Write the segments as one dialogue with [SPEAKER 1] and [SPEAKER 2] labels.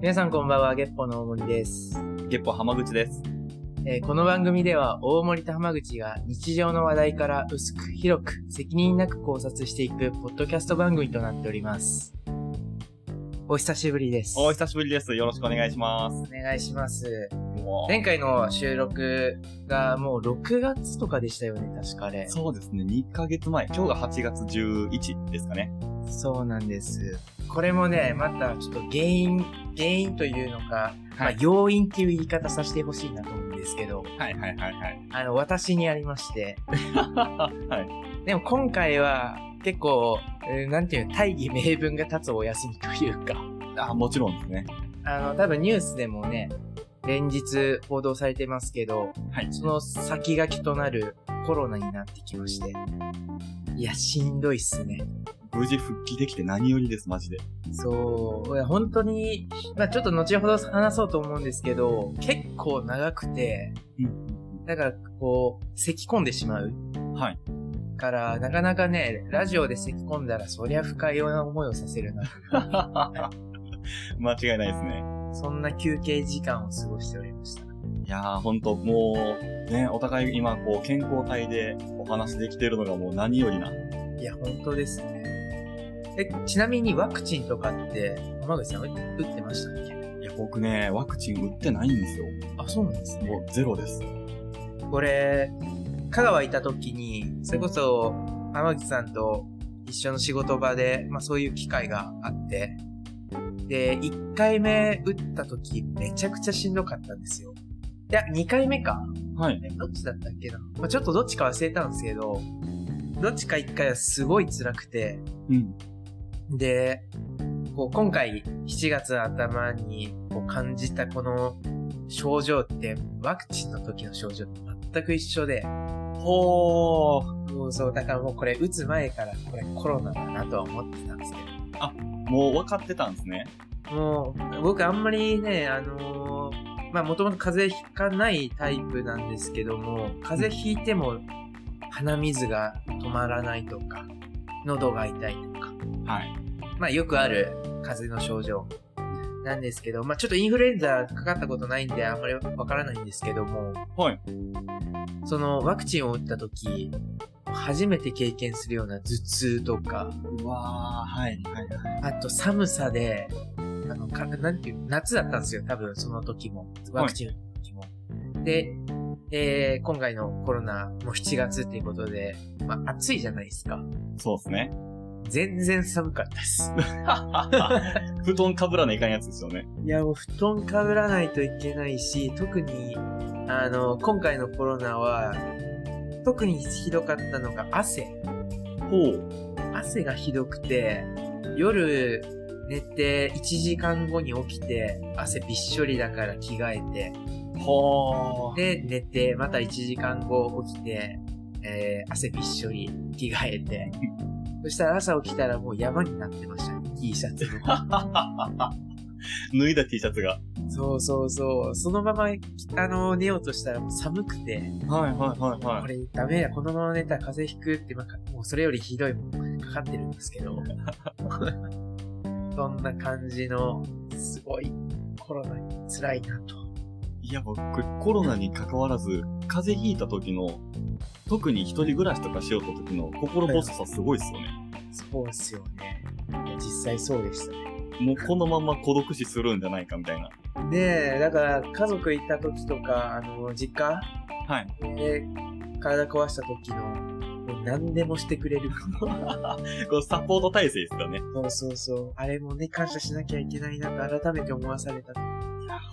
[SPEAKER 1] 皆さんこんばんは、ゲッポの大森です。
[SPEAKER 2] ゲッポ浜口です。
[SPEAKER 1] えーこの番組では大森と浜口が日常の話題から薄く広く責任なく考察していくポッドキャスト番組となっております。お久しぶりです。
[SPEAKER 2] お久しぶりです。よろしくお願いします。
[SPEAKER 1] お願いします。
[SPEAKER 2] もう
[SPEAKER 1] 前回の収録がもう6月とかでしたよね、確かあれ。
[SPEAKER 2] そうですね、2ヶ月前。今日が8月11ですかね。
[SPEAKER 1] そうなんです。これもね、またちょっと原因、原因というのか、まあ
[SPEAKER 2] はい
[SPEAKER 1] 要因っていう言い方させてほしいなと思うんですけど、
[SPEAKER 2] はいはいはいはい。
[SPEAKER 1] あの、私にありまして、
[SPEAKER 2] はい。
[SPEAKER 1] でも今回は結構、えーなんていうの、大義名分が立つお休みというか、
[SPEAKER 2] あ、もちろんですね。
[SPEAKER 1] あの、多分ニュースでもね、連日報道されてますけど、
[SPEAKER 2] はい。
[SPEAKER 1] その先駆けとなるコロナになってきまして、いや、しんどいっすね。
[SPEAKER 2] 無事復帰できて何よりです、マジで。
[SPEAKER 1] そう、いや本当に、まあちょっと後ほど話そうと思うんですけど、結構長くて、
[SPEAKER 2] うん。
[SPEAKER 1] だからこう、咳き込んでしまう。
[SPEAKER 2] はい。
[SPEAKER 1] から、なかなかね、ラジオで咳き込んだら、そりゃ不快な思いをさせるな。
[SPEAKER 2] 間違いないですね。
[SPEAKER 1] そんな休憩時間を過ごしておりました。
[SPEAKER 2] いやー、ほんと、もう、ね、お互い今、こう、健康体でお話できてるのがもう何よりな。
[SPEAKER 1] いや、本当ですね。え、ちなみにワクチンとかって、浜口さん打ってましたっけ
[SPEAKER 2] いや、僕ね、ワクチン打ってないんですよ。
[SPEAKER 1] あ、そうなんです
[SPEAKER 2] も。うゼロです。
[SPEAKER 1] これ、香川いた時に、それこそ浜口さんと一緒の仕事場で、まあそういう機会があって、で、1回目打った時めちゃくちゃしんどかったんですよ。いや、2回目か。
[SPEAKER 2] はい。
[SPEAKER 1] えどっちだったっけな、まあ、ちょっとどっちか忘れたんですけど、どっちか1回はすごい辛くて、
[SPEAKER 2] うん。
[SPEAKER 1] で、こう今回7月頭にこう感じたこの症状ってワクチンの時の症状と全く一緒で、
[SPEAKER 2] ほー。
[SPEAKER 1] そうそう、だからもうこれ打つ前からこれコロナだなとは思ってたんですけ
[SPEAKER 2] もう分かってたんですね。
[SPEAKER 1] ど、もう僕あんまりね、あのーまあもともと風邪ひかないタイプなんですけども、風邪ひいても鼻水が止まらないとか、喉が痛いとか、
[SPEAKER 2] はい。
[SPEAKER 1] まあよくある風邪の症状なんですけど、まあちょっとインフルエンザかかったことないんであんまりわからないんですけども、
[SPEAKER 2] はい。
[SPEAKER 1] そのワクチンを打った時、初めて経験するような頭痛とか、
[SPEAKER 2] うわー、はい、はい、はい。
[SPEAKER 1] あと寒さで、あの、かなんていう、夏だったんですよ、多分その時も。ワクチンの時も。で、えー今回のコロナも7月っていうことで、まあ暑いじゃないですか。
[SPEAKER 2] そうですね。
[SPEAKER 1] 全然寒かったです。
[SPEAKER 2] 布団かぶらないかんやつですよね。
[SPEAKER 1] いや、もう布団かぶらないといけないし、特に、あの、今回のコロナは、特にひどかったのが汗。
[SPEAKER 2] ほう。
[SPEAKER 1] 汗がひどくて、夜寝て1時間後に起きて、汗びっしょりだから着替えて、
[SPEAKER 2] ほー。
[SPEAKER 1] で、寝て、また1時間後起きて、えー、汗びっしょり着替えて、そしたら朝起きたらもう山になってましたね、T シャツも。
[SPEAKER 2] 脱いだ T シャツが。
[SPEAKER 1] そうそうそう。そのまま、あの、寝ようとしたらもう寒くて、
[SPEAKER 2] はい、はい、はい、
[SPEAKER 1] こ
[SPEAKER 2] は
[SPEAKER 1] れダメだ、このまま寝たら風邪ひくって、まあ、もうそれよりひどいもんかかってるんですけ ど。そんな感じの、すごいコロナに辛いなと。
[SPEAKER 2] い。いや、僕、コロナに関わらず、風邪ひいた時の、特に一人暮らしとかしようと時の心細さすごいっすよね。
[SPEAKER 1] そうっすよね。いや実際そうでしたね。
[SPEAKER 2] もうこのまま孤独死するんじゃないかみたいな。
[SPEAKER 1] ねえ、だから家族行った時とか、あの、実家
[SPEAKER 2] はい。
[SPEAKER 1] で体壊した時の、もう何でもしてくれる。
[SPEAKER 2] こうサポート体制ですよね。
[SPEAKER 1] そうそうそう。あれもね、感謝しなきゃいけないなと改めて思わされた。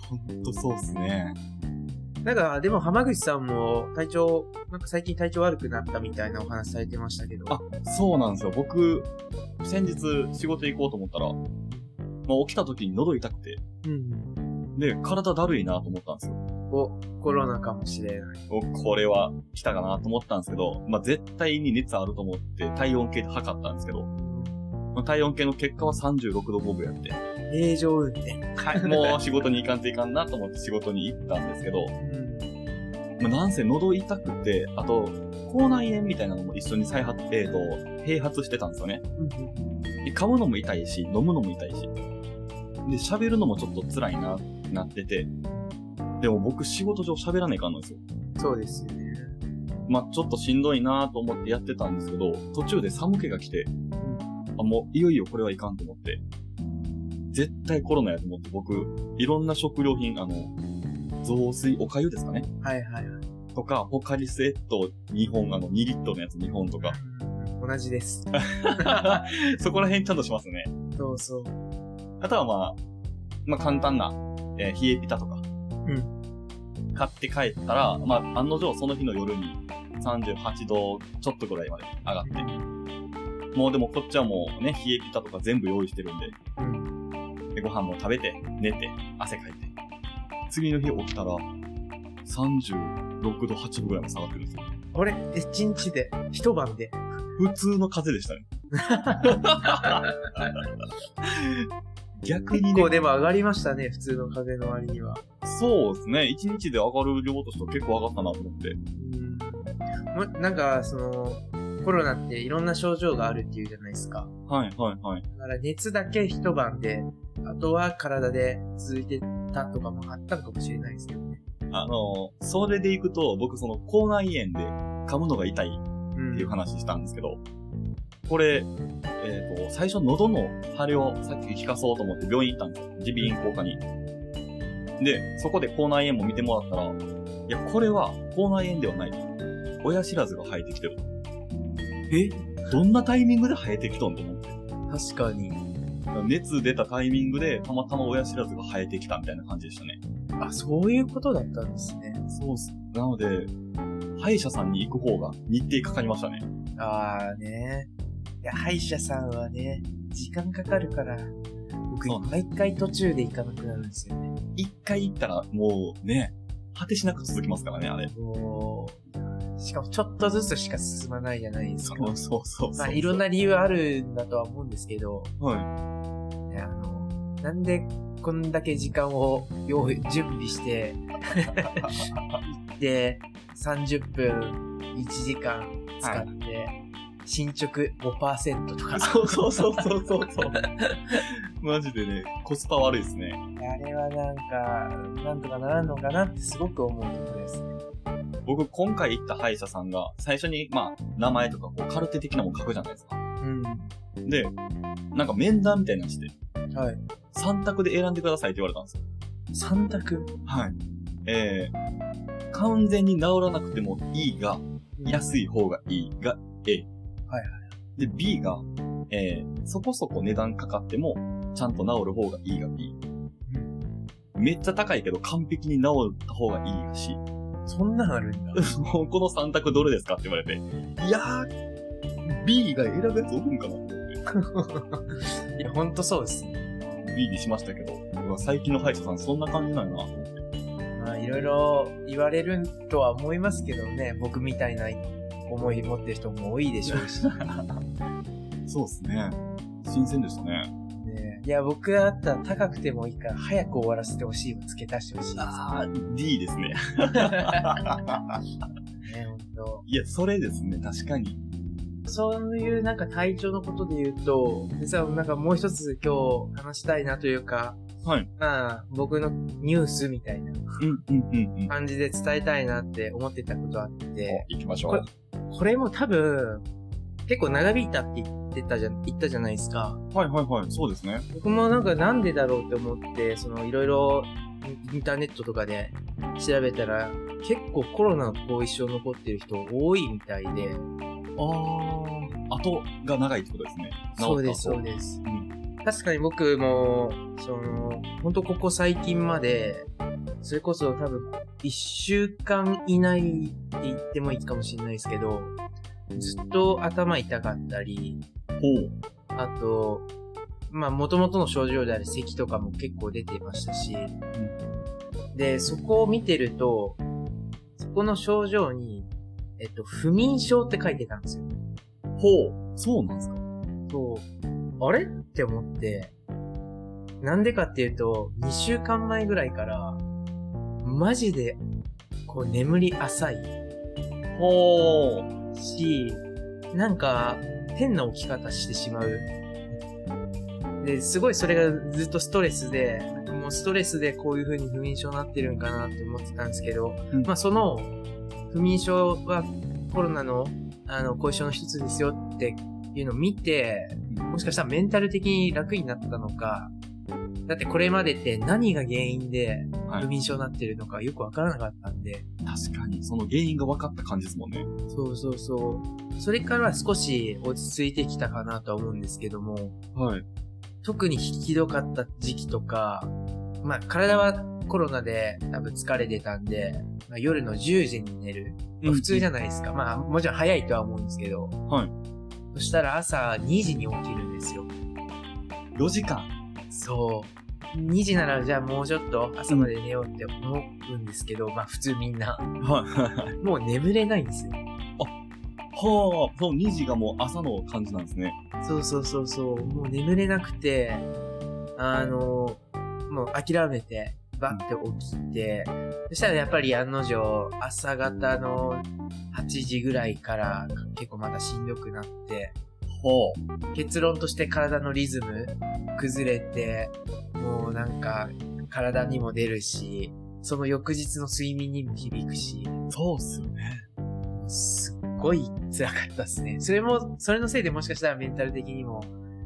[SPEAKER 2] ほんとそうっすね。
[SPEAKER 1] なんか、でも浜口さんも体調、なんか最近体調悪くなったみたいなお話されてましたけど。
[SPEAKER 2] あ、そうなんですよ。僕、先日仕事行こうと思ったら、まあ、起きた時に喉痛くて、
[SPEAKER 1] うん。
[SPEAKER 2] で、体だるいなと思ったんですよ。
[SPEAKER 1] お、コロナかもしれない。
[SPEAKER 2] おこれは来たかなと思ったんですけど、まあ、絶対に熱あると思って体温計で測ったんですけど、まあ、体温計の結果は36度5分やって、
[SPEAKER 1] 平常運転。
[SPEAKER 2] はい、もう仕事に行かんといかんなと思って仕事に行ったんですけど、
[SPEAKER 1] うん。
[SPEAKER 2] まあ、なんせ喉痛くて、あと、口内炎みたいなのも一緒に再発、えーと、併発してたんですよね。で噛むのも痛いし、飲むのも痛いし。で、喋るのもちょっと辛いな、なってて。でも僕仕事上喋らないかんのですよ。
[SPEAKER 1] そうですよね。
[SPEAKER 2] まあちょっとしんどいなと思ってやってたんですけど、途中で寒気が来て、あ、もういよいよこれはいかんと思って、絶対コロナやと思って僕、いろんな食料品、あの、雑炊、お粥ですかね
[SPEAKER 1] はいはい。
[SPEAKER 2] とか、ポカリスエット2本、あの、2リットルのやつ2本とか、
[SPEAKER 1] 同じ です。
[SPEAKER 2] そこら辺ちゃんとしますね。
[SPEAKER 1] そうそう。
[SPEAKER 2] あとはまあ、まあ簡単な、えー冷えピタとか。買って帰ったら、まあ案の定その日の夜に38度ちょっとぐらいまで上がって。もうでもこっちはもうね、冷えピタとか全部用意してるんで。
[SPEAKER 1] うん。
[SPEAKER 2] で、ご飯も食べて、寝て、汗かいて。次の日起きたら、36度8分ぐらいまで下がってるんですよ。
[SPEAKER 1] これ、一日で、一晩で。
[SPEAKER 2] 普通の風邪でした ね。逆に
[SPEAKER 1] 結
[SPEAKER 2] ね
[SPEAKER 1] 構、でも上がりましたね、普通の風の割には。
[SPEAKER 2] そうですね。一日で上がる量としては結構上がったなと思って。
[SPEAKER 1] うん。もなんか、その、コロナっていろんな症状があるっていうじゃないですか。
[SPEAKER 2] はいはいはい。
[SPEAKER 1] だから熱だけ一晩で、あとは体で続いてたとかもあったのかもしれないですけどね。
[SPEAKER 2] あの、それで行くと、僕その口内炎で噛むのが痛いっ
[SPEAKER 1] うん。
[SPEAKER 2] ていう話したんですけど、これ、えっ、と、最初喉の腫れをさっき引かそうと思って病院行ったんですよ。耳鼻咽喉科に。で、そこで口内炎も見てもらったら、いや、これは口内炎ではない。親知らずが生えてきてる。
[SPEAKER 1] え
[SPEAKER 2] どんなタイミングで生えてきとんと思って。
[SPEAKER 1] 確かに。
[SPEAKER 2] 熱出たタイミングで、たまたま親知らずが生えてきたみたいな感じでしたね。
[SPEAKER 1] あ、そういうことだったんですね。
[SPEAKER 2] そうっす。なので、歯医者さんに行く方が日程かかりましたね。
[SPEAKER 1] ああね。いや、歯医者さんはね、時間かかるから、僕
[SPEAKER 2] そう、
[SPEAKER 1] 毎回途中で行かなくなるんですよね。
[SPEAKER 2] 一回行ったらもうね、果てしなく続きますからね、あれ。
[SPEAKER 1] もう、しかもちょっとずつしか進まないじゃないです
[SPEAKER 2] そ
[SPEAKER 1] か。
[SPEAKER 2] うそうそうそう。
[SPEAKER 1] まあ、いろんな理由あるんだとは思うんですけど、
[SPEAKER 2] はい。
[SPEAKER 1] ねあの、なんでこんだけ時間を用意、準備して、 行って、30分、1時間使って、進捗5%とか
[SPEAKER 2] そうそうそうそうそうそう。 マジでね、コスパ悪いですね。
[SPEAKER 1] あれはなんか、なんとかならんのかなってすごく思うところですね。
[SPEAKER 2] 僕、今回行った歯医者さんが、最初に、まあ、名前とか、こう、カルテ的なもん書くじゃないですか。
[SPEAKER 1] うん。
[SPEAKER 2] で、なんか面談みたいなのして、
[SPEAKER 1] はい。
[SPEAKER 2] 3択で選んでくださいって言われたんですよ。
[SPEAKER 1] 三択
[SPEAKER 2] はい。えー、完全に治らなくてもいいが、安い方がいいが A。
[SPEAKER 1] はい
[SPEAKER 2] で、B が、えー、そこそこ値段かかっても、ちゃんと治る方がいいが B。めっちゃ高いけど完璧に治った方がいいが C。
[SPEAKER 1] そんなんあるんだ。
[SPEAKER 2] もうこの3択どれですかって言われて。いやー、B が選ぶやつおるんかなと思っ
[SPEAKER 1] いや、ほんとそうですね。
[SPEAKER 2] て B にしましたけど、うわ最近の歯医者さんそんな感じなんやなと思って。
[SPEAKER 1] まあ、いろいろ言われるとは思いますけどね、僕みたいな思い持ってる人も多いでしょうし。
[SPEAKER 2] そうですね。新鮮でしたね。
[SPEAKER 1] ね、いや、僕だったら高くてもいいから、早く終わらせてほしいわ、付け足してほしいで
[SPEAKER 2] あー、D ですね。
[SPEAKER 1] すね、ほんと。
[SPEAKER 2] いや、それですね、確かに。
[SPEAKER 1] そういうなんか体調のことで言うと、実はなんかもう一つ今日話したいなというか、
[SPEAKER 2] はい。
[SPEAKER 1] まあ、僕のニュースみたいな
[SPEAKER 2] うん、うん、うん、うん。
[SPEAKER 1] 感じで伝えたいなって思ってたことあって、
[SPEAKER 2] 行きましょ
[SPEAKER 1] これ。これも多分、結構長引いたって言ってたじゃ、言ったじゃないですか。
[SPEAKER 2] はいはいはい、そうですね。
[SPEAKER 1] 僕もなんかなんでだろうって思って、そのいろいろインターネットとかで調べたら、結構コロナの後遺症残ってる人多いみたいで、
[SPEAKER 2] ああ。後が長いってことですね。
[SPEAKER 1] そうです、
[SPEAKER 2] 治
[SPEAKER 1] そ
[SPEAKER 2] っ
[SPEAKER 1] うです。
[SPEAKER 2] た後。
[SPEAKER 1] 確かに僕も、その、ほんとここ最近まで、それこそ多分、一週間以内って言ってもいいかもしれないですけど、ずっと頭痛かったり、
[SPEAKER 2] うん。
[SPEAKER 1] あと、まあ、元々の症状である咳とかも結構出ていましたし、で、そこを見てると、そこの症状に、えっと、不眠症って書いてたんですよ。
[SPEAKER 2] ほう。ほう。そうなんですか
[SPEAKER 1] そう、あれって思って、なんでかっていうと、2週間前ぐらいから、マジで、こう、眠り浅い
[SPEAKER 2] ほう。
[SPEAKER 1] し、なんか、変な起き方してしまう。で、すごいそれがずっとストレスで、なんかもうストレスでこういう風に不眠症になってるんかなって思ってたんですけど、
[SPEAKER 2] うん
[SPEAKER 1] まあその、不眠症はコロナの、あの、後遺症の一つですよっていうのを見て、もしかしたらメンタル的に楽になったのか、だってこれまでって何が原因で
[SPEAKER 2] はい
[SPEAKER 1] 不眠症になってるのかよくわからなかったんで、
[SPEAKER 2] 確かに、その原因が分かった感じですもんね。
[SPEAKER 1] そうそうそう。それからは少し落ち着いてきたかなとは思うんですけども、
[SPEAKER 2] はい。
[SPEAKER 1] 特にひどかった時期とか、まあ体はコロナで多分疲れてたんで、まあ、夜の10時に寝る。まあ普通じゃないですか。まあもちろん早いとは思うんですけど。
[SPEAKER 2] はい
[SPEAKER 1] そしたら朝2時に起きるんですよ。
[SPEAKER 2] 4時間。
[SPEAKER 1] そう。2時ならじゃあもうちょっと朝まで寝ようって思うんですけど、まあ普通みんな、
[SPEAKER 2] はい。
[SPEAKER 1] もう眠れないんですよ。
[SPEAKER 2] はあ、そう、2時がもう朝の感じなんですね。
[SPEAKER 1] そうそうそうそう、もう眠れなくて、あの、もう諦めて、バッて起きて、そしたらやっぱり案の定、朝方の8時ぐらいから結構またしんどくなって、
[SPEAKER 2] ほ
[SPEAKER 1] 結論として体のリズム崩れて、もうなんか体にも出るし、その翌日の睡眠にも響くし、
[SPEAKER 2] う。そうっすよね。
[SPEAKER 1] すっごい辛かったですね。それも、それのせいでもしかしたらメンタル的にも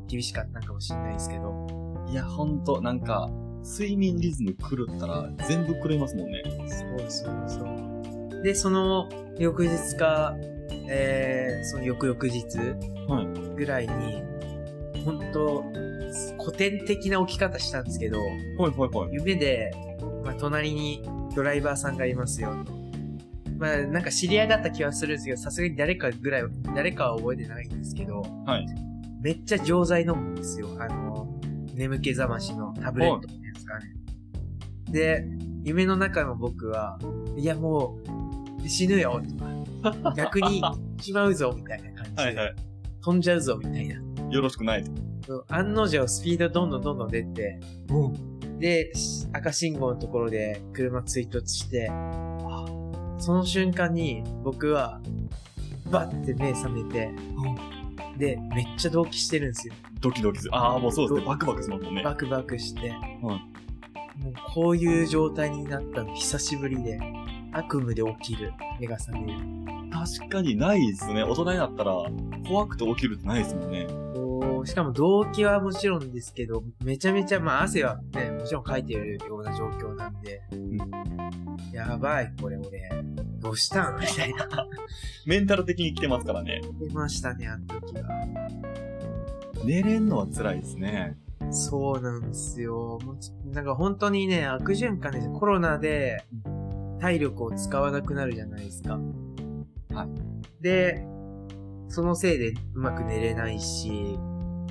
[SPEAKER 1] 厳しかったのかもしれないですけど、
[SPEAKER 2] いや、ほんと、なんか、睡眠リズム狂ったら全部狂いますもんね。
[SPEAKER 1] そうそうそう。で、その翌日か、えー、その翌々日ぐらいに、本当古典的な起き方したんですけど、
[SPEAKER 2] はいはいはい。
[SPEAKER 1] 夢で、まあ、隣にドライバーさんがいますよと。まあ、なんか知り合いだった気はするんですけど、さすがに誰かぐらい、誰かは覚えてないんですけど、
[SPEAKER 2] はい
[SPEAKER 1] めっちゃ錠剤飲むんですよ。あの、眠気覚ましのタブレットっていうんですかね。で、夢の中の僕は、いやもう、死ぬよとか、 逆にしまうぞみたいな感じで、
[SPEAKER 2] い。
[SPEAKER 1] 飛んじゃうぞみたいな。
[SPEAKER 2] よろしくないと。
[SPEAKER 1] 案の定スピードどんどんどんどん出て、で、し赤信号のところで車追突して、その瞬間に僕は、バッて目覚めて、で、めっちゃ同期してるんですよ。
[SPEAKER 2] ドキドキする。ああ、もうそうですね。バクバクしますもんね。
[SPEAKER 1] バクバクして。もうこういう状態になったの久しぶりで、悪夢で起きる。目が覚める。
[SPEAKER 2] 確かにないですね。大人になったら、怖くて起きるってないですもんね。
[SPEAKER 1] こうしかも動機はもちろんですけど、めちゃめちゃ、まあ汗はね、もちろんかいてるような状況なんで、やばい、これ俺、どうしたんみたいな。
[SPEAKER 2] メンタル的に来てますからね。
[SPEAKER 1] 出ましたね、あの時は。
[SPEAKER 2] 寝れんのは辛いですね。
[SPEAKER 1] そうなんですよ。もうちなんか本当にね、悪循環ですよコロナで、体力を使わなくなるじゃないですか。
[SPEAKER 2] は
[SPEAKER 1] で、そのせいでうまく寝れないし、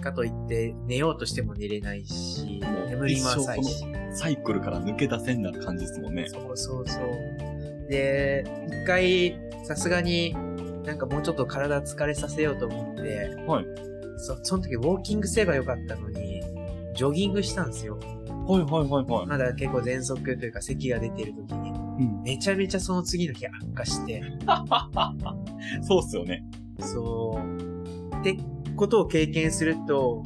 [SPEAKER 1] かといって寝ようとしても寝れないし
[SPEAKER 2] も、う
[SPEAKER 1] 眠りも浅い
[SPEAKER 2] 一生
[SPEAKER 1] し。
[SPEAKER 2] サイクルから抜け出せんな感じですもんね。
[SPEAKER 1] そうそうそう。で、一回、さすがに、なんかもうちょっと体疲れさせようと思って、
[SPEAKER 2] はい
[SPEAKER 1] そその時ウォーキングすればよかったのに、ジョギングしたんですよ。
[SPEAKER 2] はいはいはいはい。
[SPEAKER 1] まだ結構喘息というか咳が出てる時に。
[SPEAKER 2] うん。
[SPEAKER 1] めちゃめちゃその次の日悪化して。
[SPEAKER 2] そうっすよね。
[SPEAKER 1] そう。ってことを経験すると、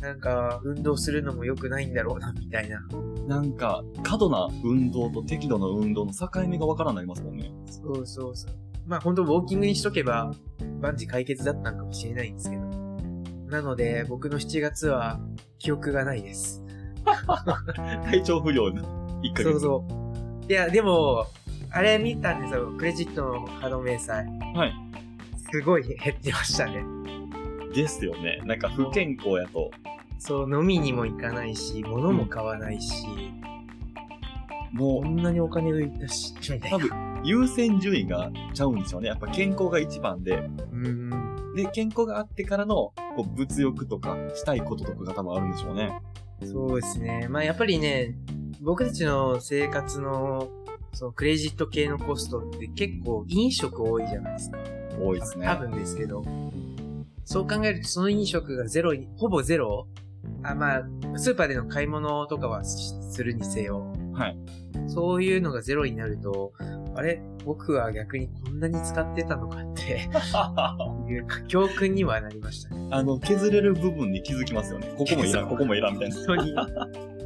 [SPEAKER 1] なんか運動するのも良くないんだろうな、みたいな。
[SPEAKER 2] なんか、過度な運動と適度な運動の境目がわからなりますもんね。
[SPEAKER 1] そうそうそう。まあ本当ウォーキングにしとけば、万事解決だったのかもしれないんですけど。なので、僕の7月は記憶がないです。
[SPEAKER 2] 体調不良に一ヶ月。
[SPEAKER 1] そうそう。いや、でも、あれ見たんですよ。クレジットの波動明細。
[SPEAKER 2] はい。
[SPEAKER 1] すごい減ってましたね。
[SPEAKER 2] ですよね。なんか不健康やと、
[SPEAKER 1] そう、飲みにも行かないし、物も買わないし、こ
[SPEAKER 2] も
[SPEAKER 1] んなにお金浮いたし、みたいな
[SPEAKER 2] 多分う優先順位がちゃうんですよね。やっぱ健康が一番で、
[SPEAKER 1] うん。
[SPEAKER 2] で、健康があってからの、こう、物欲とか、したいこととかが多分あるんでしょうね。
[SPEAKER 1] そうですね。まあやっぱりね、僕たちの生活の、そのクレジット系のコストって結構飲食多いじゃないですか。
[SPEAKER 2] 多いですね。
[SPEAKER 1] 多分ですけど。そう考えるとその飲食がゼロに、ほぼゼロあまあ、スーパーでの買い物とかはしするにせよ。
[SPEAKER 2] はい。
[SPEAKER 1] そういうのがゼロ になると、あれ僕は逆にこんなに使ってたのかって
[SPEAKER 2] はははは
[SPEAKER 1] いう教訓にはなりました ね。
[SPEAKER 2] あの、削れる部分に気づきますよね。ここもい
[SPEAKER 1] そ
[SPEAKER 2] らん、
[SPEAKER 1] う
[SPEAKER 2] ここもいらん、みたいな。
[SPEAKER 1] 本当に。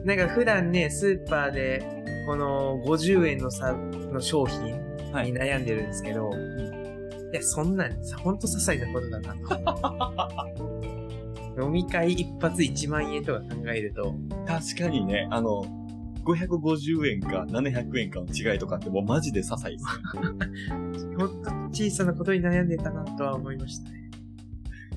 [SPEAKER 1] なんか普段ね、スーパーで、この50円のさ、の商品に
[SPEAKER 2] はい
[SPEAKER 1] 悩んでるんですけど、い、や、そんなんさ、ほんと些細なことだな と。飲み会一発1万円とか考えると、
[SPEAKER 2] 確かにね、あの、550円か700円かの違いとかってもうマジで些細です ね。
[SPEAKER 1] ほんと小さなことに悩んでたなとは思いましたね。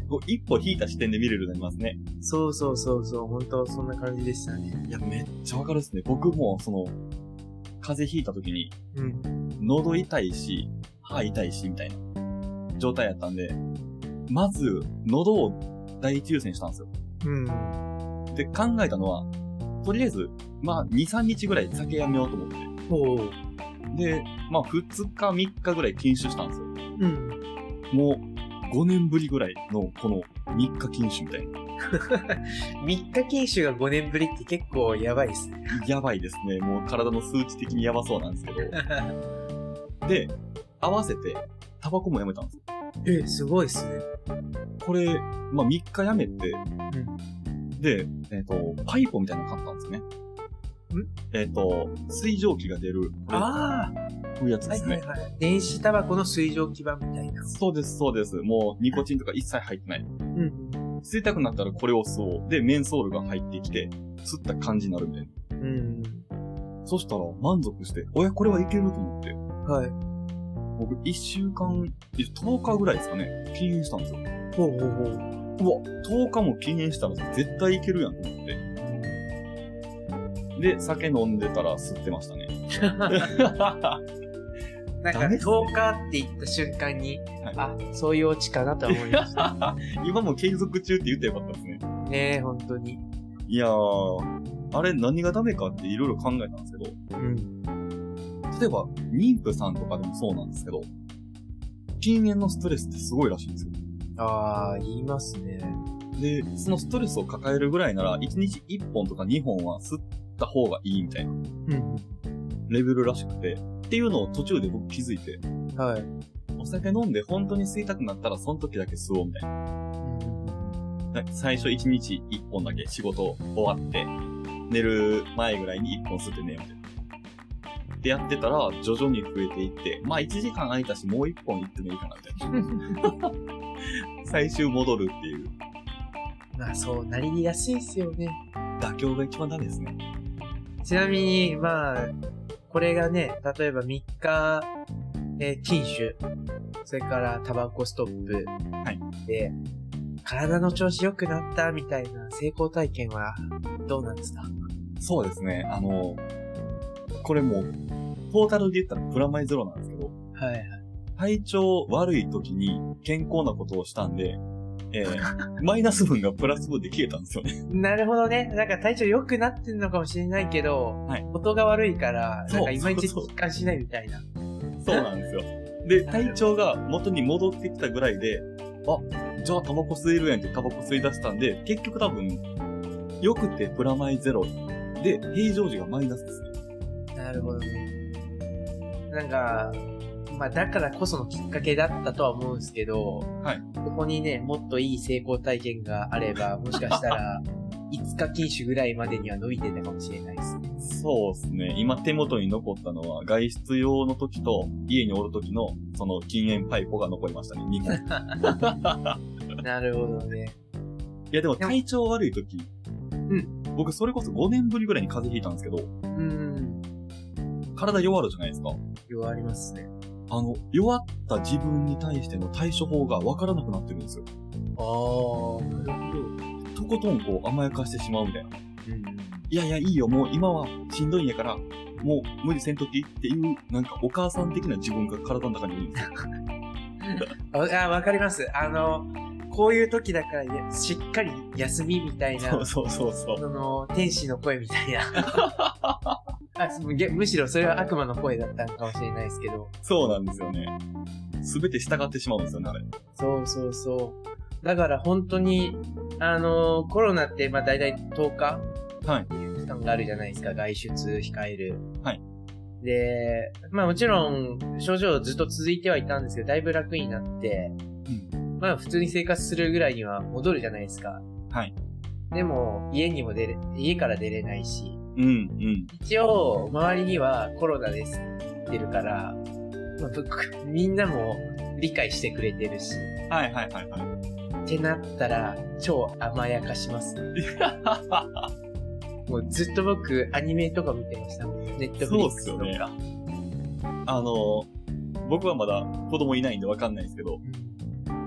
[SPEAKER 2] こう一歩引いた視点で見れるようになりますね。
[SPEAKER 1] そうそうそうそう、ほんとそんな感じでしたね。
[SPEAKER 2] いや、めっちゃわかるですね。僕も、その、風邪ひいた時に、
[SPEAKER 1] うん。
[SPEAKER 2] 喉痛いし、歯痛いし、みたいな状態やったんで、まず、喉を第一優先したんですよ。
[SPEAKER 1] うん。
[SPEAKER 2] で、考えたのは、とりあえず、まあ、2、3日ぐらい酒やめようと思っ
[SPEAKER 1] ほう。
[SPEAKER 2] て。で、まあ、2日、3日ぐらい禁酒したんですよ。
[SPEAKER 1] うん。
[SPEAKER 2] もう、5年ぶりぐらいの、この、3日禁酒みたいな。
[SPEAKER 1] 3日禁酒が5年ぶりって結構やばいです ね。
[SPEAKER 2] やばいですね。もう、体の数値的にやばそうなんですけど。で、合わせて、タバコもやめたんですよ。
[SPEAKER 1] え、すごいっすね。
[SPEAKER 2] これ、まあ、3日やめて、で、えっ、と、パイポみたいなの買ったんですね。えっ、と、水蒸気が出る、こ
[SPEAKER 1] ああ、
[SPEAKER 2] ういうやつで
[SPEAKER 1] はい
[SPEAKER 2] す
[SPEAKER 1] は
[SPEAKER 2] ね。
[SPEAKER 1] いはい。電子タバコの水蒸気版みたいな。
[SPEAKER 2] そうです、そうです。もう、ニコチンとか一切入ってない。
[SPEAKER 1] うん。
[SPEAKER 2] 吸いたくなったらこれを吸おう。で、メンソールが入ってきて、吸った感じになるみたい
[SPEAKER 1] うん。
[SPEAKER 2] な。そしたら、満足して、おや、これはいけると思って。
[SPEAKER 1] はい。
[SPEAKER 2] 僕、1週間、いや10日ぐらいですかね、禁煙したんですよ。
[SPEAKER 1] ほうほうほう。
[SPEAKER 2] うわ、10日も禁煙したら絶対いけるやんと思って。で、酒飲んでたら吸ってましたね。
[SPEAKER 1] なんか、
[SPEAKER 2] ダメっすね
[SPEAKER 1] 10日って言った瞬間に、
[SPEAKER 2] はい
[SPEAKER 1] あ、そういうオチかなとは思いました。
[SPEAKER 2] 今も継続中って言ってよかったですね。
[SPEAKER 1] ね え、本当に。
[SPEAKER 2] いやー、あれ何がダメかっていろいろ考えたんですけど、
[SPEAKER 1] うん。
[SPEAKER 2] 例えば、妊婦さんとかでもそうなんですけど、禁煙のストレスってすごいらしいんですよ。
[SPEAKER 1] ああ、言いますね。
[SPEAKER 2] で、そのストレスを抱えるぐらいなら、1日1本とか2本は吸った方がいいみたいな
[SPEAKER 1] うん。
[SPEAKER 2] レベルらしくて、っていうのを途中で僕気づいて、
[SPEAKER 1] はい。
[SPEAKER 2] お酒飲んで本当に吸いたくなったら、その時だけ吸おうみたいな。だ最初1日1本だけ仕事終わって、寝る前ぐらいに1本吸って寝ようみたいな。ってやってたら、徐々に増えていって、まあ1時間空いたし、もう1本行ってもいいかなみたいな。最終戻るっていう。
[SPEAKER 1] まあ、そうなりやすいっすよね。
[SPEAKER 2] 妥協が一番ダメですね。
[SPEAKER 1] ちなみに、まあ、これがね、例えば3日、えー禁酒、それからタバコストップ、
[SPEAKER 2] はい
[SPEAKER 1] で、体の調子良くなったみたいな成功体験はどうなんですか
[SPEAKER 2] そうですね。あの、これもう、トータルで言ったらプラマイゼロなんですけど、
[SPEAKER 1] はい。
[SPEAKER 2] 体調悪い時に健康なことをしたんで、え ーマイナス分がプラス分で消えたんですよね。
[SPEAKER 1] なるほどね。なんか体調良くなってるのかもしれないけど、
[SPEAKER 2] はい
[SPEAKER 1] 音が悪いから、
[SPEAKER 2] そう
[SPEAKER 1] なんかいまいち
[SPEAKER 2] そうそう
[SPEAKER 1] 実感しないみたいな。
[SPEAKER 2] そうなんですよ。で、体調が元に戻ってきたぐらいで、あ、じゃあタバコ吸えるやんってタバコ吸い出したんで、結局多分、良くてプラマイゼロ。で、平常時がマイナスですね。
[SPEAKER 1] なるほどね。なんか、まあだからこそのきっかけだったとは思うんですけど、
[SPEAKER 2] はい
[SPEAKER 1] ここにね、もっといい成功体験があれば、もしかした ら、5日禁酒ぐらいまでには伸びてたかもしれないですね。
[SPEAKER 2] そうですね。今手元に残ったのは、外出用の時と、家におる時の、その禁煙パイプが残りましたね。2個。い
[SPEAKER 1] なるほどね。
[SPEAKER 2] や、でも体調悪い時。
[SPEAKER 1] ん
[SPEAKER 2] 僕、それこそ5年ぶりぐらいに風邪ひいたんですけど、
[SPEAKER 1] うん。
[SPEAKER 2] 体弱るじゃないですか。
[SPEAKER 1] 弱りますね。
[SPEAKER 2] あの、弱った自分に対しての対処法がわからなくなってるんですよ。
[SPEAKER 1] ああ、なるほど。
[SPEAKER 2] とことんこう甘やかしてしまうみたいな。
[SPEAKER 1] うん。
[SPEAKER 2] いやいや、いいよ、もう今はしんどいんやから、もう無理せんときっていう、なんかお母さん的な自分が体の中にいるんですよ。
[SPEAKER 1] あ、あわかります。あの、こういう時だからね、しっかり休みみたい な。
[SPEAKER 2] そうそうそうそう。
[SPEAKER 1] その、天使の声みたい な。あそのげむしろそれは悪魔の声だったのかもしれないですけど。
[SPEAKER 2] そうなんですよね。すべて従ってしまうんですよね、あれ。
[SPEAKER 1] そうそうそう。だから本当に、あのーコロナって、まあ大体10日
[SPEAKER 2] はい
[SPEAKER 1] っていう期間があるじゃないですか。外出控える。
[SPEAKER 2] はい。
[SPEAKER 1] で、まあもちろん、症状ずっと続いてはいたんですけど、だいぶ楽になって、まあ普通に生活するぐらいには戻るじゃないですか。
[SPEAKER 2] はい。
[SPEAKER 1] でも、家にも出れ、家から出れないし、
[SPEAKER 2] うん、うん。
[SPEAKER 1] 一応、周りにはコロナですって言ってるから、まあぶっみんなも理解してくれてるし、
[SPEAKER 2] はいはいはいは
[SPEAKER 1] ってなったら、超甘やかし ます。
[SPEAKER 2] い。
[SPEAKER 1] もうずっと僕、アニメとか見てましたもん。ネットフ
[SPEAKER 2] そ
[SPEAKER 1] リ
[SPEAKER 2] う
[SPEAKER 1] ッ
[SPEAKER 2] っ
[SPEAKER 1] クス
[SPEAKER 2] す
[SPEAKER 1] と
[SPEAKER 2] よ
[SPEAKER 1] か。
[SPEAKER 2] ね。あの、僕はまだ子供いないんでわかんないですけど、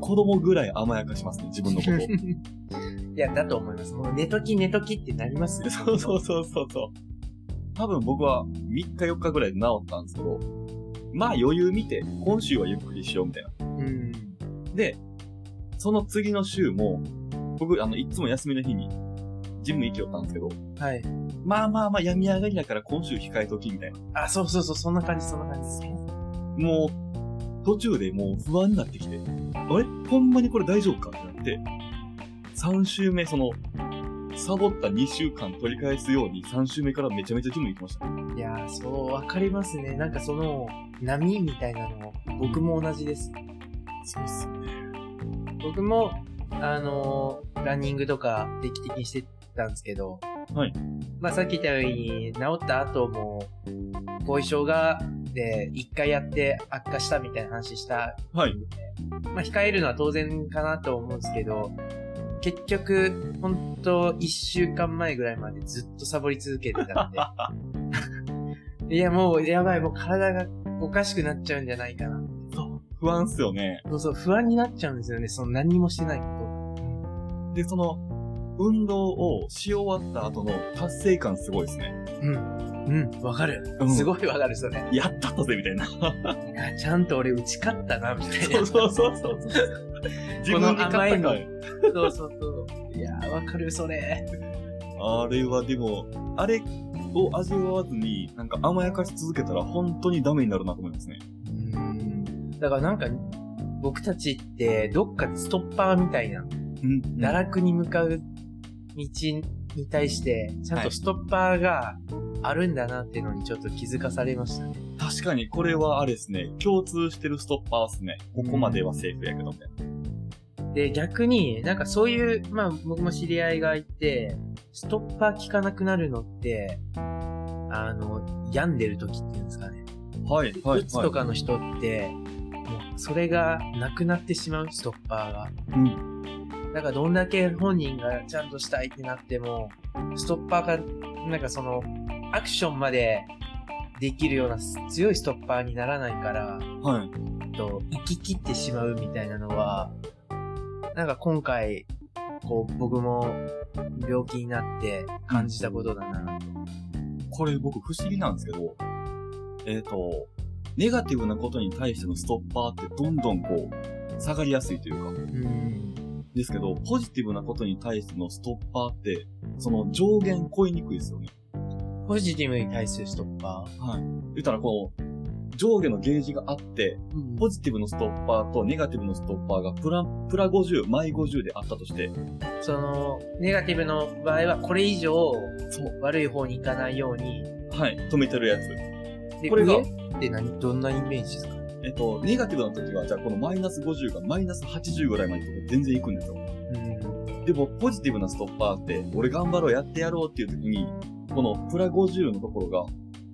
[SPEAKER 2] 子供ぐらい甘やかしますね、自分のことを。
[SPEAKER 1] うんいや、だと思います。もう寝とき寝ときってなりますよ。
[SPEAKER 2] そうそうそうそうそう。多分僕は3日4日ぐらいで治ったんですけど、まあ余裕見て、今週はゆっくりしようみたいな。
[SPEAKER 1] うん。
[SPEAKER 2] で、その次の週も、僕、あの、いつも休みの日に、ジム行きよったんですけど、
[SPEAKER 1] はい。
[SPEAKER 2] まあまあまあ、病み上がりだから今週控えときみたいな。
[SPEAKER 1] あ、そうそうそう、そんな感じ、そんな感じですね。
[SPEAKER 2] もう、途中でもう不安になってきて、あれほんまにこれ大丈夫かってなって、3週目、その、サボった2週間取り返すように3週目からめちゃめちゃジム行きました。
[SPEAKER 1] いやー、そう、わかりますね。なんかその、波みたいなの、僕も同じです。
[SPEAKER 2] そうっす
[SPEAKER 1] 僕も、あのーランニングとか定期的にしてたんですけど、
[SPEAKER 2] はい。
[SPEAKER 1] まあさっき言ったように、治った後も、後遺症が、で、一回やって悪化したみたいな話した。
[SPEAKER 2] はい。
[SPEAKER 1] まあ控えるのは当然かなと思うんですけど、結局、ほんと一週間前ぐらいまでずっとサボり続けてたんで、 いや、もう、やばい、もう体がおかしくなっちゃうんじゃないかな。
[SPEAKER 2] 不安っすよね。
[SPEAKER 1] そうそう、不安になっちゃうんですよね。その何もしてないこ
[SPEAKER 2] で、その、運動をし終わった後の達成感すごいですね。
[SPEAKER 1] と。うん。うん、わかる。
[SPEAKER 2] うん
[SPEAKER 1] すごいわかる、それ。
[SPEAKER 2] やったったぜ、みたいな。
[SPEAKER 1] いやちゃんと俺打ち勝ったな、みたいな。
[SPEAKER 2] そうそうそうそう。 自
[SPEAKER 1] こ
[SPEAKER 2] 分に勝った
[SPEAKER 1] の甘
[SPEAKER 2] か
[SPEAKER 1] いそうそうそう。いやー、わかる、それ。
[SPEAKER 2] あれはでも、あれを味わわずに、なんか甘やかし続けたら本当にダメになるなと思いますね。
[SPEAKER 1] うん。だからなんか、僕たちって、どっかでストッパーみたいな、
[SPEAKER 2] うん。
[SPEAKER 1] 堕落に向かう道に対して、ちゃんとストッパーがあるんだなっていうのにちょっと気づかされましたね。
[SPEAKER 2] 確かにこれはあれですね、共通してるストッパーですね。ここまではセーフやけどみたいな。
[SPEAKER 1] で、逆に、なんかそういう、まあ僕も知り合いがいて、ストッパー効かなくなるのって、あの、病んでる時っていうんですかね。
[SPEAKER 2] はい、は
[SPEAKER 1] うつとかの人って、もうそれがなくなってしまう、ストッパーが。
[SPEAKER 2] うん。
[SPEAKER 1] だからどんだけ本人がちゃんとしたいってなっても、ストッパーが、なんかその、アクションまでできるような強いストッパーにならないから、
[SPEAKER 2] はい。
[SPEAKER 1] と、生き切ってしまうみたいなのは、なんか今回、こう、僕も病気になって感じたことだな。
[SPEAKER 2] これ僕不思議なんですけど、えっ、と、ネガティブなことに対してのストッパーってどんどんこう、下がりやすいというか、
[SPEAKER 1] うん。
[SPEAKER 2] ですけど、ポジティブなことに対してのストッパーって、その上限超えにくいですよね。
[SPEAKER 1] ポジティブに対するストッパ
[SPEAKER 2] はい。言ったらこう、上下のゲージがあって、
[SPEAKER 1] ー。うん
[SPEAKER 2] ポジティブのストッパーとネガティブのストッパーがプラ、プラ50、マイ50であったとして、
[SPEAKER 1] その、ネガティブの場合は、これ以上、
[SPEAKER 2] そう。
[SPEAKER 1] 悪い方に行かないように。
[SPEAKER 2] はい。止めてるやつ。
[SPEAKER 1] で、
[SPEAKER 2] これが
[SPEAKER 1] 上って何、どんなイメージですか
[SPEAKER 2] えっと、ネガティブな時は、じゃあこのマイナス50がマイナス80ぐらいまでとか全然行くんですよ。
[SPEAKER 1] うん。
[SPEAKER 2] でも、ポジティブなストッパーって、俺頑張ろう、やってやろうっていう時に、このプラ50のところが、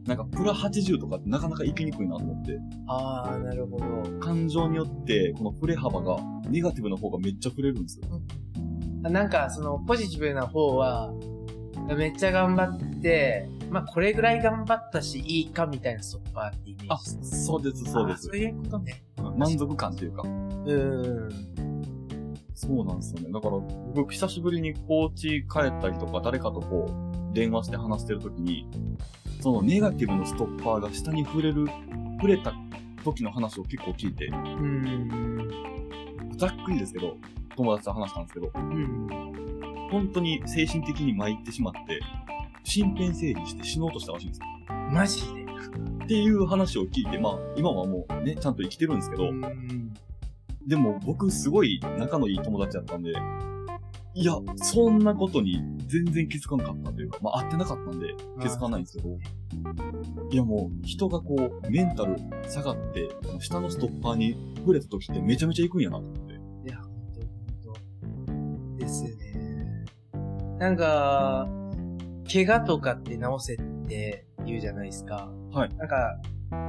[SPEAKER 2] なんかプラ80とかってなかなか行きにくいなと思って、
[SPEAKER 1] あー、なるほど。
[SPEAKER 2] 感情によって、この振れ幅が、ネガティブの方がめっちゃ振れるんですよ。
[SPEAKER 1] あなんか、その、ポジティブな方は、めっちゃ頑張って、まあ、これぐらい頑張ったし、いいか、みたいなストッパーってイメー
[SPEAKER 2] あ、
[SPEAKER 1] ジです。
[SPEAKER 2] そうです、そうで
[SPEAKER 1] あ
[SPEAKER 2] す
[SPEAKER 1] そう。いうことね。
[SPEAKER 2] 満足感というか。
[SPEAKER 1] うん。
[SPEAKER 2] そうなんですよね。だから、僕、久しぶりに高知帰ったりとか、誰かとこう、電話して話してるときに、そのネガティブのストッパーが下に触れる、触れた時の話を結構聞いて、
[SPEAKER 1] うん。
[SPEAKER 2] ざっくりですけど、友達と話したんですけど、
[SPEAKER 1] うん。
[SPEAKER 2] 本当に精神的に参ってしまって、身辺整理して死のうとしたらしいんですよ。
[SPEAKER 1] マジで。
[SPEAKER 2] っていう話を聞いて、まあ、今はもうね、ちゃんと生きてるんですけど、
[SPEAKER 1] ん。
[SPEAKER 2] でも僕すごい仲のいい友達だったんで、いや、そんなことに全然気づかなかったというか、まあ会ってなかったんで気づかないんですけど、いやもう人がこうメンタル下がって、下のストッパーに触れた時ってめちゃめちゃ行くんやなと思って。
[SPEAKER 1] いや、ですよね。なんか、怪我とかって治せって言うじゃないですか。
[SPEAKER 2] はい
[SPEAKER 1] なんか、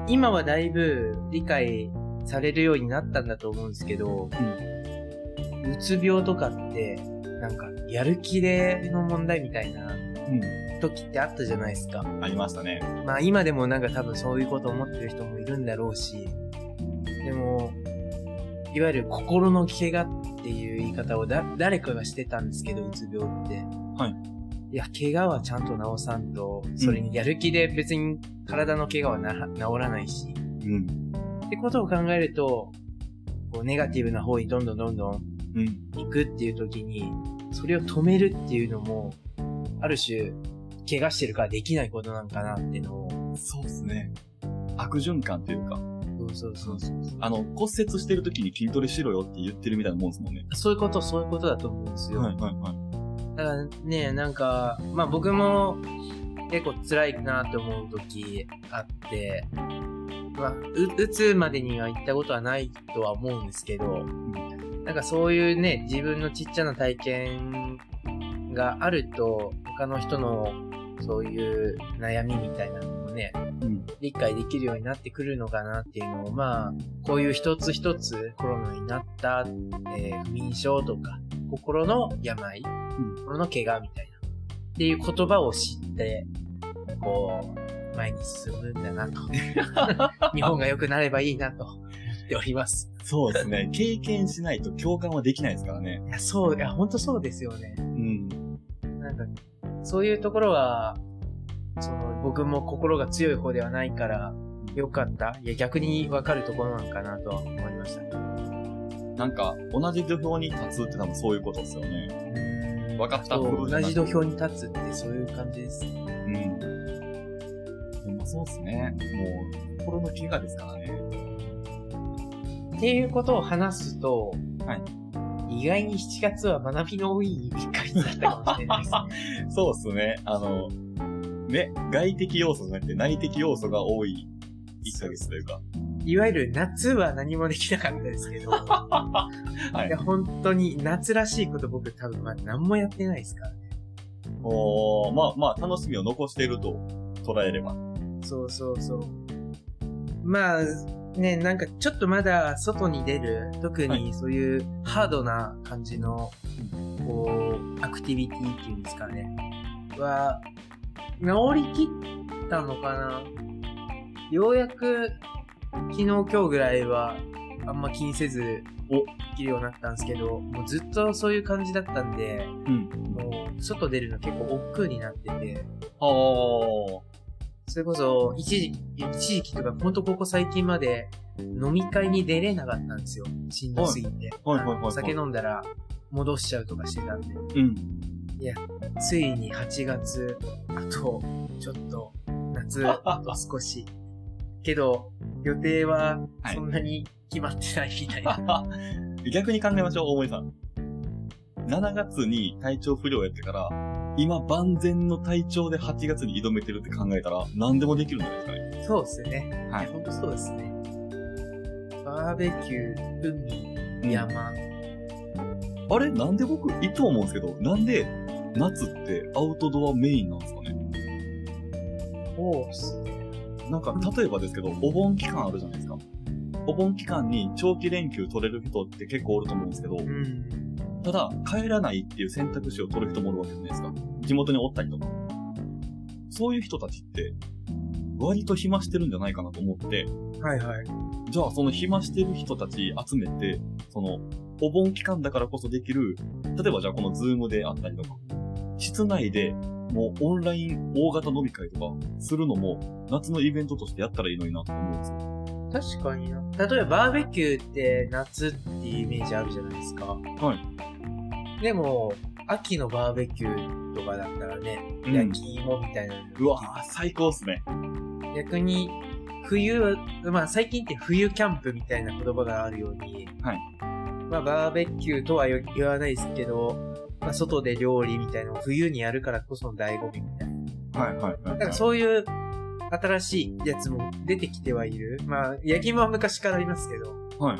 [SPEAKER 1] 今はだいぶ理解されるようになったんだと思うんですけど、うつ病とかって、なんか、やる気での問題みたいな
[SPEAKER 2] う
[SPEAKER 1] 時ってあったじゃないですか。
[SPEAKER 2] ん。ありましたね。
[SPEAKER 1] まあ今でもなんか多分そういうこと思ってる人もいるんだろうし、でも、いわゆる心の怪我っていう言い方をだ誰かがしてたんですけど、うつ病って。。
[SPEAKER 2] はい
[SPEAKER 1] いや、怪我はちゃんと治さんと、それにやる気で別に体の怪我はなら治らないし、
[SPEAKER 2] うん。
[SPEAKER 1] ってことを考えると、こうネガティブな方にどんどんどんどん
[SPEAKER 2] うん。
[SPEAKER 1] 行くっていう時に、それを止めるっていうのも、ある種、怪我してるからできないことなんかなっていうのを、
[SPEAKER 2] そうですね。悪循環というか、
[SPEAKER 1] そうそうそうそうそう。
[SPEAKER 2] あの、骨折してる時に筋トレしろよって言ってるみたいなもんですもんね。
[SPEAKER 1] そういうこと、そういうことだと思うんですよ。
[SPEAKER 2] いはいは
[SPEAKER 1] だからね、なんか、まあ僕も結構辛いなって思う時あって、まあ、う打つまでには行ったことはないとは思うんですけど、なんかそういうね、自分のちっちゃな体験があると、他の人のそういう悩みみたいなのもね、
[SPEAKER 2] い。うん。
[SPEAKER 1] 理解できるようになってくるのかなっていうのを、まあ、こういう一つ一つコロナになった、えー不眠症とか、心の病、
[SPEAKER 2] ん
[SPEAKER 1] 心の怪我みたいな、っていう言葉を知って、こう、前に進むんだなと。日本が良くなればいいなと思っております。
[SPEAKER 2] そうですね。経験しないと共感はできないですからね。
[SPEAKER 1] いや、そう、いや、ほんとそうですよね。
[SPEAKER 2] うん。
[SPEAKER 1] なんか、そういうところは、その、僕も心が強い方ではないから、良かった。いや、逆に分かるところなのかなとは思いましたね。
[SPEAKER 2] なんか、同じ土俵に立つって多分そういうことですよね。分かった
[SPEAKER 1] そう
[SPEAKER 2] 風じゃ
[SPEAKER 1] 同
[SPEAKER 2] なく
[SPEAKER 1] じ土俵に立つってそういう感じです。
[SPEAKER 2] うん。ほんまそうですね。もう、心の怪我ですからね。
[SPEAKER 1] っていうことを話すと、
[SPEAKER 2] は
[SPEAKER 1] 意外に7月は学びの多い1回だったかもしれないですね。
[SPEAKER 2] そうですね。あの、ね、外的要素じゃなくて内的要素が多い1ヶ月というか。
[SPEAKER 1] いわゆる夏は何もできなかったですけど、
[SPEAKER 2] はい
[SPEAKER 1] いや本当に夏らしいこと僕多分まだ何もやってないですから。
[SPEAKER 2] おーまあまあ、楽しみを残していると捉えれば。
[SPEAKER 1] そうそうそう。まあ、ね、なんかちょっとまだ外に出る、特
[SPEAKER 2] は
[SPEAKER 1] にそういうハードな感じの、こう、アクティビティっていうんですかね。は、治りきったのかなようやく、昨日今日ぐらいは、あんま気にせず、
[SPEAKER 2] お
[SPEAKER 1] できるようになったんですけど、もうずっとそういう感じだったんで、
[SPEAKER 2] うん。
[SPEAKER 1] もう、外出るの結構億劫になってて、
[SPEAKER 2] は
[SPEAKER 1] それこそ、一時期、一時期とか、ほんとここ最近まで、飲み会に出れなかったんですよ。しんどすぎて。
[SPEAKER 2] はいはいはいはい
[SPEAKER 1] お酒飲んだら、戻しちゃうとかしてたんで。
[SPEAKER 2] ー。うん。
[SPEAKER 1] ついに8月、あと、ちょっと、夏、あと少し。けど、予定は、
[SPEAKER 2] はい
[SPEAKER 1] そんなに決まってないみたいな。
[SPEAKER 2] 逆に考えましょう、大森さん。7月に体調不良やってから、今万全の体調で8月に挑めてるって考えたら、何でもできるんじゃないですかね。
[SPEAKER 1] そうですね。
[SPEAKER 2] はい
[SPEAKER 1] やほんとそうですね。バーベキュー、海、
[SPEAKER 2] うん
[SPEAKER 1] 山。
[SPEAKER 2] あれなんで僕、いつも思うんですけど、なんで、夏ってアウトドアメインなんですかね
[SPEAKER 1] おーす
[SPEAKER 2] なんか、例えばですけど、お盆期間あるじゃないですか。お盆期間に長期連休取れる人って結構おると思うんですけど、
[SPEAKER 1] うん。
[SPEAKER 2] ただ、帰らないっていう選択肢を取る人もおるわけじゃないですか。地元におったりとか。そういう人たちって、割と暇してるんじゃないかなと思って、
[SPEAKER 1] はいはい。
[SPEAKER 2] じゃあその暇してる人たち集めて、その、お盆期間だからこそできる、例えばじゃあこのズームであったりとか、室内でもうオンライン大型飲み会とかするのも、夏のイベントとしてやったらいいのになと思うんですよ。。
[SPEAKER 1] 確かにな。例えばバーベキューって夏っていうイメージあるじゃないですか。はいでも、秋のバーベキューとかだったらね、焼き芋みたいなの、
[SPEAKER 2] うわぁ、最高っすね。
[SPEAKER 1] 逆に、冬は、まあ最近って冬キャンプみたいな言葉があるように、
[SPEAKER 2] はい。
[SPEAKER 1] まあバーベキューとは言言わないですけど、まあ外で料理みたいなのを冬にやるからこその醍醐味みたいな。
[SPEAKER 2] はいはいはい、
[SPEAKER 1] だからそういう新しいやつも出てきてはいる。まあ焼き芋は昔からありますけど、
[SPEAKER 2] まあ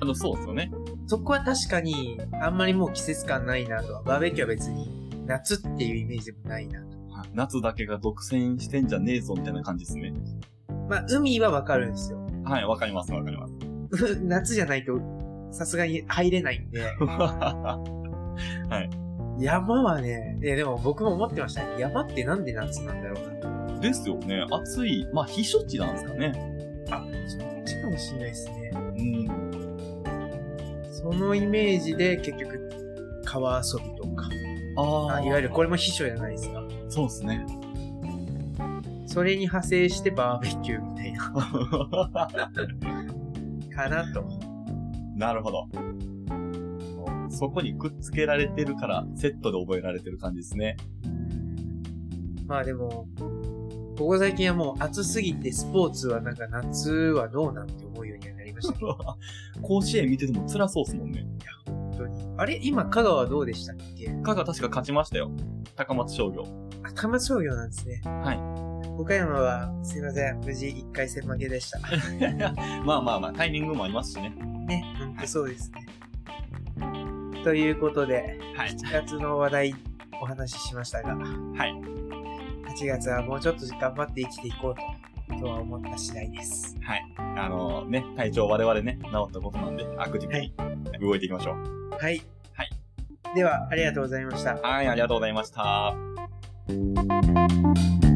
[SPEAKER 2] でもそうですよね。
[SPEAKER 1] そこは確かに、あんまりもう季節感ないなとは、バーベキューは別に夏っていうイメージでもないなと。
[SPEAKER 2] 夏だけが独占してんじゃねえぞみたいな感じですね。
[SPEAKER 1] まあ、海はわかるんですよ。
[SPEAKER 2] はい、わかります、わかります。
[SPEAKER 1] 夏じゃないと、さすがに入れないんで。山はね、いやでも僕も思ってましたね。山ってなんで夏なんだろうな。
[SPEAKER 2] ですよね。暑い。まあ、避暑地なんですかね。
[SPEAKER 1] あ、そっちかもしれないですね。
[SPEAKER 2] うん。
[SPEAKER 1] そのイメージで結局、川遊びとか、
[SPEAKER 2] あ
[SPEAKER 1] あ
[SPEAKER 2] あ、
[SPEAKER 1] いわゆるこれも秘書じゃないですか。
[SPEAKER 2] そうですね。
[SPEAKER 1] それに派生してバーベキューみたいな、かなと。
[SPEAKER 2] なるほど。そこにくっつけられてるから、セットで覚えられてる感じですね。
[SPEAKER 1] まあでも、ここ最近はもう暑すぎてスポーツはなんか夏はどうなんて思うようにはなりましたけど、
[SPEAKER 2] 甲子園見てても辛そうっすもんね。
[SPEAKER 1] 本当に。あれ今香川はどうでしたっけ
[SPEAKER 2] 香川確か勝ちましたよ。高松商業。
[SPEAKER 1] あ、高松商業なんですね。。
[SPEAKER 2] はい
[SPEAKER 1] 岡山はすいません、無事1回戦負けでした。
[SPEAKER 2] まあまあまあ、タイミングもありますしね。
[SPEAKER 1] ね、本当そうですね。ということで、
[SPEAKER 2] はい。
[SPEAKER 1] 8月の話題お話ししましたが、
[SPEAKER 2] はい。
[SPEAKER 1] 8月はもうちょっと頑張って生きていこうと、今日は思った次第です。
[SPEAKER 2] はい。あのね、体調我々ね、治ったことなんで、アクティブに動いていきましょう。
[SPEAKER 1] はい。
[SPEAKER 2] はい。
[SPEAKER 1] では、ありがとうございました。
[SPEAKER 2] はい、ありがとうございました。